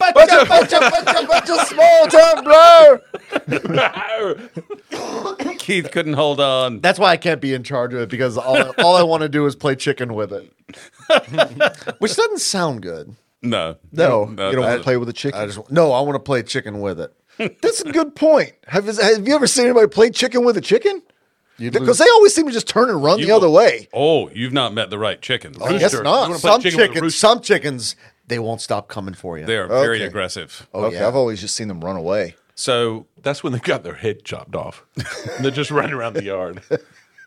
a bunch, a bunch, a bunch of small town blow. Keith couldn't hold on. That's why I can't be in charge of it because all, all I want to do is play chicken with it, which doesn't sound good. No. No, No, you don't want I- to play with a chicken. I just no, I want to play chicken with it. That's a good point. Have, have you ever seen anybody play chicken with a chicken? You'd Because they always seem to just turn and run the other way. Oh, you've not met the right chicken. I guess Rooster. You not. wanna play Some chicken with a chickens, rooster? some chickens, they won't stop coming for you. They are very Okay. aggressive. Oh, okay, yeah. I've always just seen them run away. So That's when they got their head chopped off. and they're just running around the yard.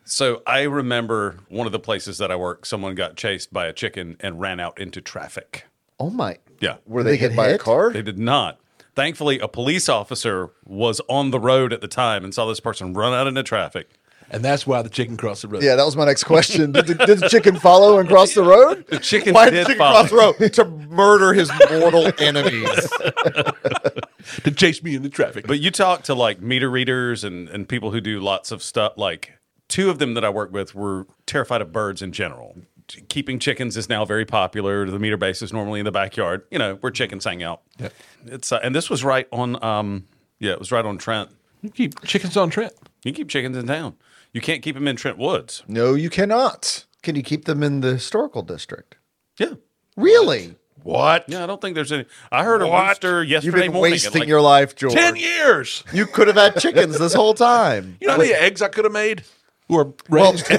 So I remember one of the places that I work, someone got chased by a chicken and ran out into traffic. Oh my! Yeah. Were they, They hit, get by a hit? car? They did not. Thankfully, a police officer was on the road at the time and saw this person run out into traffic. And that's why the chicken crossed the road. yeah, that was my next question. did, the, did the chicken follow and cross the road? The chicken Why did did you follow. cross the road to murder his mortal enemies? To chase me into traffic. But you talk to like meter readers and, and people who do lots of stuff. Like two of them that I work with were terrified of birds in general. T- Keeping chickens is now very popular. The meter base is normally in the backyard, you know, where chickens hang out. Yeah. It's uh, and this was right on. Um, yeah, it was right on Trent. you keep chickens on Trent. You can keep chickens in town. You can't keep them in Trent Woods. No, you cannot. Can you keep them in the historical district? Yeah. Really? What? Yeah, I don't think there's any. I heard a What? rooster You've yesterday been morning. at, wasting like, your life, George. 10 years. You could have had chickens this whole time. You know how many eggs I could have made? Or raised?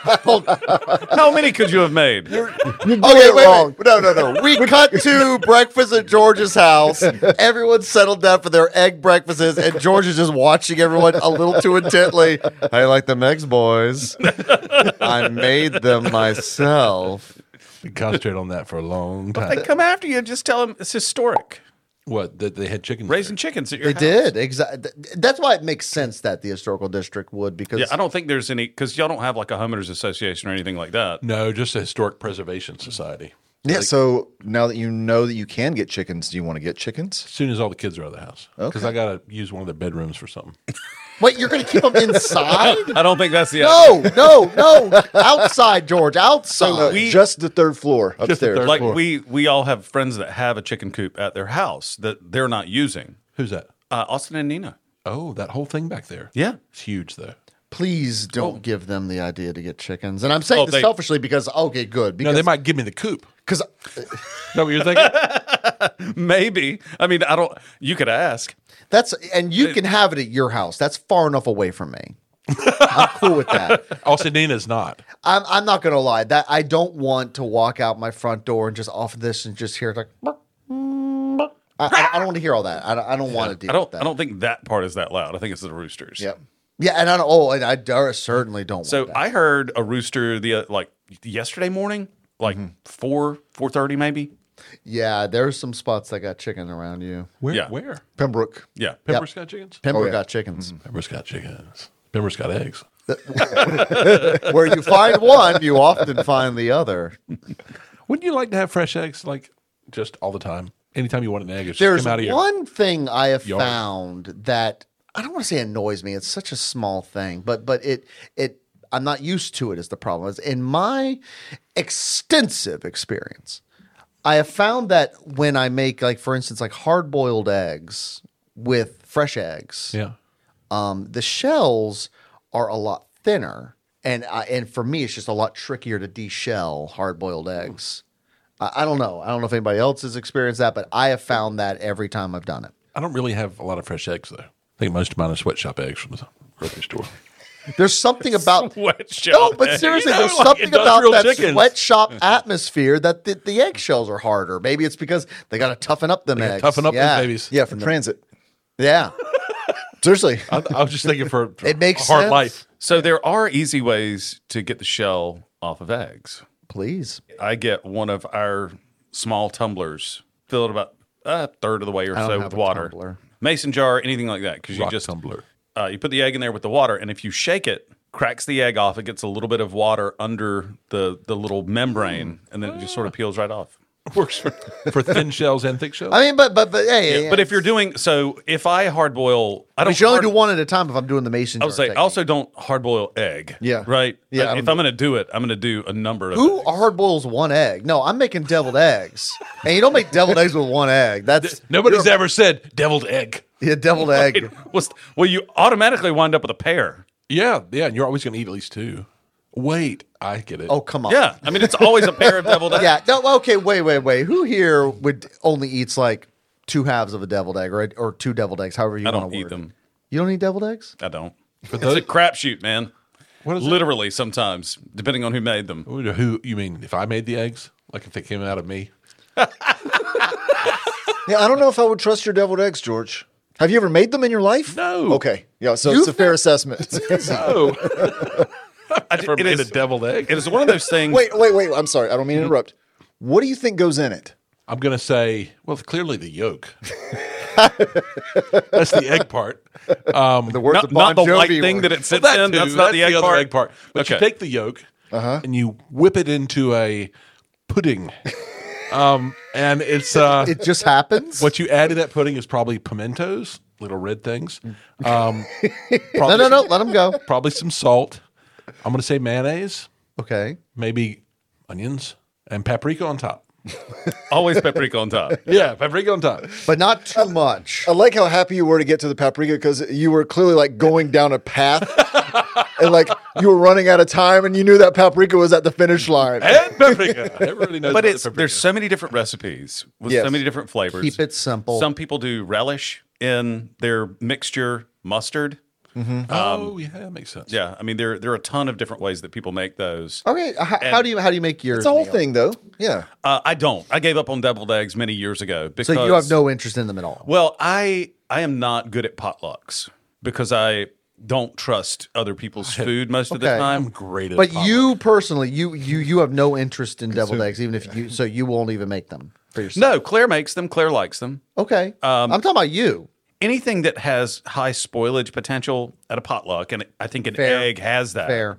How many could you have made? You're doing Okay, it Oh, wait, wrong. wait. No, no, no. We cut to breakfast at George's house. Everyone settled down for their egg breakfasts, and George is just watching everyone a little too intently. I like them eggs, boys. I made them myself. We concentrated on that for a long they time. come after you. Just tell them it's historic. What? That they had chickens? Raising chickens at They your house. did exactly. That's why it makes sense that the historical district would because Yeah, I don't think there's any because y'all don't have like a homeowners association or anything like that. No, just a historic preservation society. Yeah, so now that you know that you can get chickens, do you want to get chickens? As soon as all the kids are out of the house. Because I got to use one of their bedrooms for something. wait. You're going to keep them inside? I don't think that's the No, no, no. Outside, George. Outside. Uh, we- just the third floor upstairs. Just the third like floor. we we all have friends that have a chicken coop at their house that they're not using. Who's that? Uh, Austin and Nina. Oh, that whole thing back there. Yeah. It's huge, though. Please Oh. don't give them the idea to get chickens. And I'm saying Oh, this they- selfishly because okay, good. No, Because they might give me the coop. Because Is that what you're thinking? Maybe. I mean, I don't. You could ask. that's and you can have it at your house. That's far enough away from me. I'm cool with that. also, Nina's not. I'm I'm not gonna lie. That I don't want to walk out my front door and just off of this and just hear it like. "Bark, bark." I, I, I don't want to hear all that. I don't, I don't want to deal I don't. with that. I don't think that part is that loud. I think it's the roosters. Yep. Yeah, and I don't. Oh, and I dar- certainly don't. So want that. I heard a rooster the uh, like yesterday morning, like four four thirty maybe. yeah, there's some spots that got chicken around you. Where? Yeah. Where? Pembroke. Oh, Yeah. Pembroke's got chickens? Pembroke yeah. got chickens. Pembroke's got chickens. Pembroke's got eggs. Mm. Where you find one, you often find the other. Wouldn't you like to have fresh eggs, like just all the time? Anytime you want an egg, it's just There's come out of your. one thing I have yard. found that I don't want to say annoys me. It's such a small thing, but but it it I'm not used to it is the problem. It's in my extensive experience, I have found that when I make like for instance like hard boiled eggs with fresh eggs, Yeah. um, the shells are a lot thinner, and I, and for me, it's just a lot trickier to deshell hard boiled eggs. I, I don't know. I don't know if anybody else has experienced that, but I have found that every time I've done it. I don't really have a lot of fresh eggs, though. I think most of mine are sweatshop eggs from the grocery store. There's something about no, Sweatshop but eggs. seriously, You know, there's like something about industrial that chickens. sweatshop atmosphere that the, the eggshells are harder. Maybe it's because they got to toughen up them eggs. Toughen up these yeah. babies. Yeah, from transit. Yeah, Seriously. I, I was just thinking for, for It makes hard sense. life. So there are easy ways to get the shell off of eggs. please. I get one of our small tumblers, fill it about a third of the way or don't so have with a water, tumbler. mason jar, anything like that. Because you Rock just tumbler. uh, you put the egg in there with the water, and if you shake it, cracks the egg off. It gets a little bit of water under the the little membrane, and then it just sort of peels right off. works for, for thin shells and thick shells. I mean, but but but hey, yeah, But if you're doing so, if I hard boil, I don't. you should only hard- do one at a time if I'm doing the mason jar. I was like, I technique. also don't hard boil egg. Yeah. Right. Yeah, Like, I'm- if I'm going to do it, I'm going to do a number of. who eggs. hard boils one egg? No, I'm making deviled eggs, and you don't make deviled eggs with one egg. That's Nobody's ever said deviled egg. yeah, deviled egg. Was- well, you automatically wind up with a pair. Yeah, yeah, and you're always going to eat at least two. Wait, I get it. Oh come on, Yeah. I mean, it's always a pair of deviled eggs. yeah. No, okay, wait, wait, wait. Who here would only eats like two halves of a deviled egg, or or two deviled eggs, however you I want don't to eat word them. It. You don't eat deviled eggs? I don't. those- it's a crapshoot, man. What is it? Literally, sometimes, depending on who made them. Who- Who you mean? If I made the eggs, like if they came out of me, Yeah, I don't know if I would trust your deviled eggs, George. Have you ever made them in your life? No. Okay. Yeah, so it's a fair assessment. oh, I never made a deviled egg. It is one of those things. wait, wait, wait. I'm sorry. I don't mean Mm-hmm. to interrupt. What do you think goes in it? I'm going to say, well, clearly the yolk. That's the egg part. Um, The words not, of not Bon the white Jovi thing were- that it sits Well, that in. too. That's not the egg, other part. egg part. But you Okay. Uh-huh. take the yolk and you whip it into a pudding, um, and it's uh, It just happens. what you add to that pudding is probably pimentos, little red things. Um, no, probably, no, no. Let them go. Probably some salt. I'm going to say mayonnaise, Okay. maybe onions and paprika on top. Always paprika on top. Yeah, paprika on top. But not too much. I like how happy you were to get to the paprika because you were clearly like going down a path and like you were running out of time and you knew that paprika was at the finish line. And paprika. Everybody knows. But about it's the paprika. there's so many different recipes with Yes. so many different flavors. Keep it simple. Some people do relish in their mixture mustard. oh yeah, that makes sense. Yeah, I mean there there are a ton of different ways that people make those. okay. h- How, do you how do you make your It's a whole thing though. Yeah. Uh, I don't. I gave up on deviled eggs many years ago because So you have no interest in them at all. Well, I I am not good at potlucks because I don't trust other people's food most of the Okay. I'm time. great at. But potluck. you personally, you you you have no interest in deviled eggs, even if you so you won't even make them for yourself. No, Claire makes them. Claire likes them. Okay. Um, I'm talking about you. Anything that has high spoilage potential at a potluck, and I think an Fair. egg has that. Fair.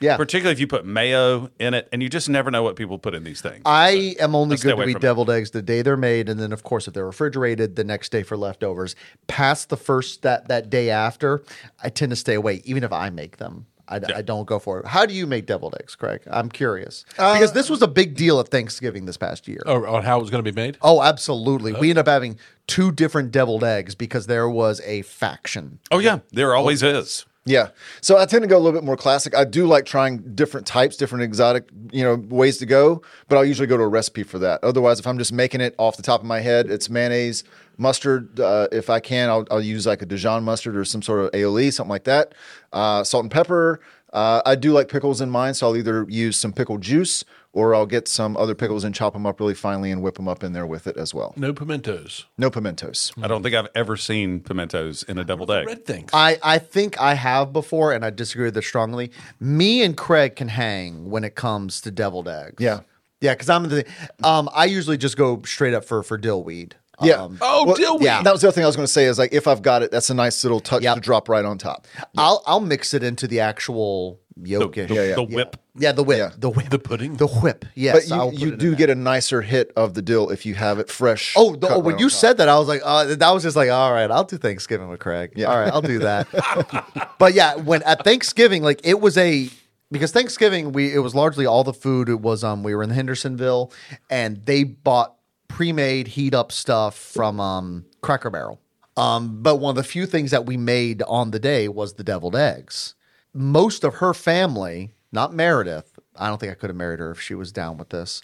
Yeah. Particularly if you put mayo in it, and you just never know what people put in these things. I am only stay good away to from eat it. deviled eggs the day they're made, and then of course if they're refrigerated the next day for leftovers. Past the first that that day after, I tend to stay away, even if I make them. I, I don't go for it. How do you make deviled eggs, Craig? I'm curious Uh, because this was a big deal at Thanksgiving this past year. Or- on how it was going to be made. Oh, absolutely. We end up having two different deviled eggs because there was a faction. oh yeah, there always is. Yeah. So I tend to go a little bit more classic. I do like trying different types, different exotic, you know, ways to go, but I'll usually go to a recipe for that. Otherwise, if I'm just making it off the top of my head, it's mayonnaise, mustard. Uh, if I can, I'll, I'll use like a Dijon mustard or some sort of aioli, something like that. Uh, salt and pepper. Uh, I do like pickles in mine, so I'll either use some pickle juice or I'll get some other pickles and chop them up really finely and whip them up in there with it as well. No pimentos. No pimentos. I don't think I've ever seen pimentos in a deviled egg. Red things. I, I think I have before, and I disagree with this strongly. Me and Craig can hang when it comes to deviled eggs. Yeah. Yeah, because I'm the um I usually just go straight up for for dill weed. Yeah. Um, Oh, deal with yeah. That was the other thing I was going to say is like if I've got it, that's a nice little touch Yep. to drop right on top. I'll I'll mix it into the actual yolkish. The, yeah, yeah. the whip. the whip. Yeah. The whip. the pudding. The whip. But Yes. I'll put you, you it in do there. get a nicer hit of the dill if you have it fresh. Oh, the, cut oh when right you on top. said that, I was like, uh, that was just like, all right, I'll do Thanksgiving with Craig. All right, I'll do that. but yeah, when at Thanksgiving, like it was a because Thanksgiving we it was largely all the food. It was um we were in Hendersonville, and they bought pre-made heat up stuff from um Cracker Barrel. Um, but one of the few things that we made on the day was the deviled eggs. Most of her family, not Meredith. I don't think I could have married her if she was down with this.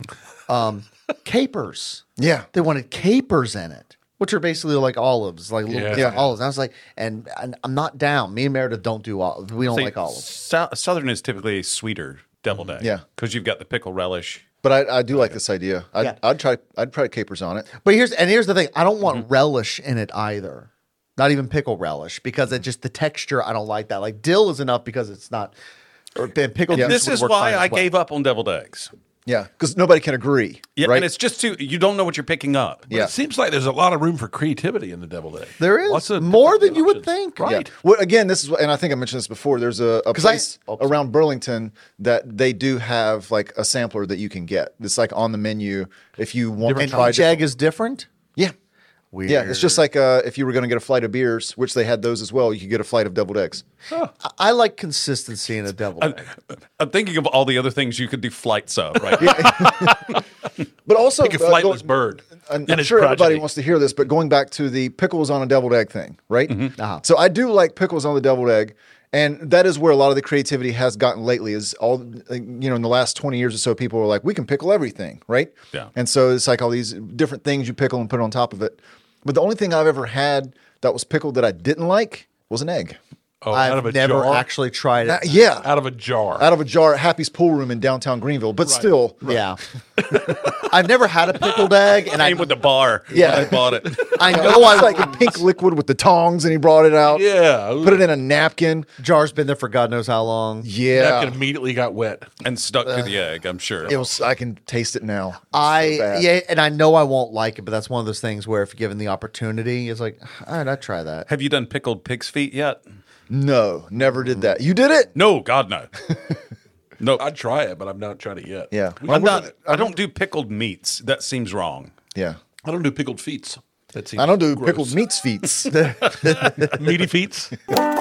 Um, capers. Yeah. They wanted capers in it, which are basically like olives, like little Yeah. bits of Yeah. olives. And I was like, and, and I'm not down. Me and Meredith don't do olives. We don't See, like olives. sou- Southern is typically a sweeter deviled egg. Yeah. Because you've got the pickle relish. but I, I do like this idea. I'd, Yeah. I'd try. I'd try capers on it. But here's and here's the thing. I don't want relish in it either. Not even pickle relish because it just the texture. I don't like that. Like dill is enough because it's not. Or and pickle. juice This would is work why fine as I well. gave up on deviled eggs. Yeah, because nobody can agree. Yeah, right? and it's just too you don't know what you're picking up. Yeah. It seems like there's a lot of room for creativity in the Devil Egg. There is. Lots of More different than you would think. Right. Yeah. Yeah. Well, again, this is, what- and I think I mentioned this before. There's a, a 'Cause I- place around Burlington that they do have like a sampler that you can get. It's like on the menu if you want to try. And Jag is different. yeah. Weird. Yeah, it's just like uh, if you were going to get a flight of beers, which they had those as well. You could get a flight of double decks. I- I like consistency in a devil. egg. I'm thinking of all the other things you could do flights of, right? But also, Like a uh, go- flightless bird. I'm, and I'm its sure everybody progeny. wants to hear this, but going back to the pickles on a deviled egg thing, right? Mm-hmm. So I do like pickles on the deviled egg, and that is where a lot of the creativity has gotten lately. Is all like, you know in the last twenty years or so, people are like, we can pickle everything, right? Yeah. And so it's like all these different things you pickle and put on top of it. But the only thing I've ever had that was pickled that I didn't like was an egg. Oh, out of a I've never jar. actually tried Uh, it. yeah, out of a jar. out of a jar at Happy's Pool Room in downtown Greenville, but still, Yeah. I've never had a pickled egg, and I, Came with the bar. Yeah. when I bought it. I I know know I like a pink liquid with the tongs, and he brought it out. yeah. Put it in a napkin. jar's been there for God knows how long. Yeah. Napkin immediately got wet. and stuck to Uh, the egg. I'm sure. It was. I can taste it now. I bad. yeah, and I know I won't like it, but that's one of those things where if given the opportunity, it's like, all right, I'd try that. Have you done pickled pig's feet yet? No, never did that. You did it. No, God no. no, I, I'd try it, but I've not tried it yet. Yeah. We- am not. I don't do pickled meats. That seems wrong. Yeah. I don't do pickled feet. That seems I don't do gross. pickled meats feats. meaty feet.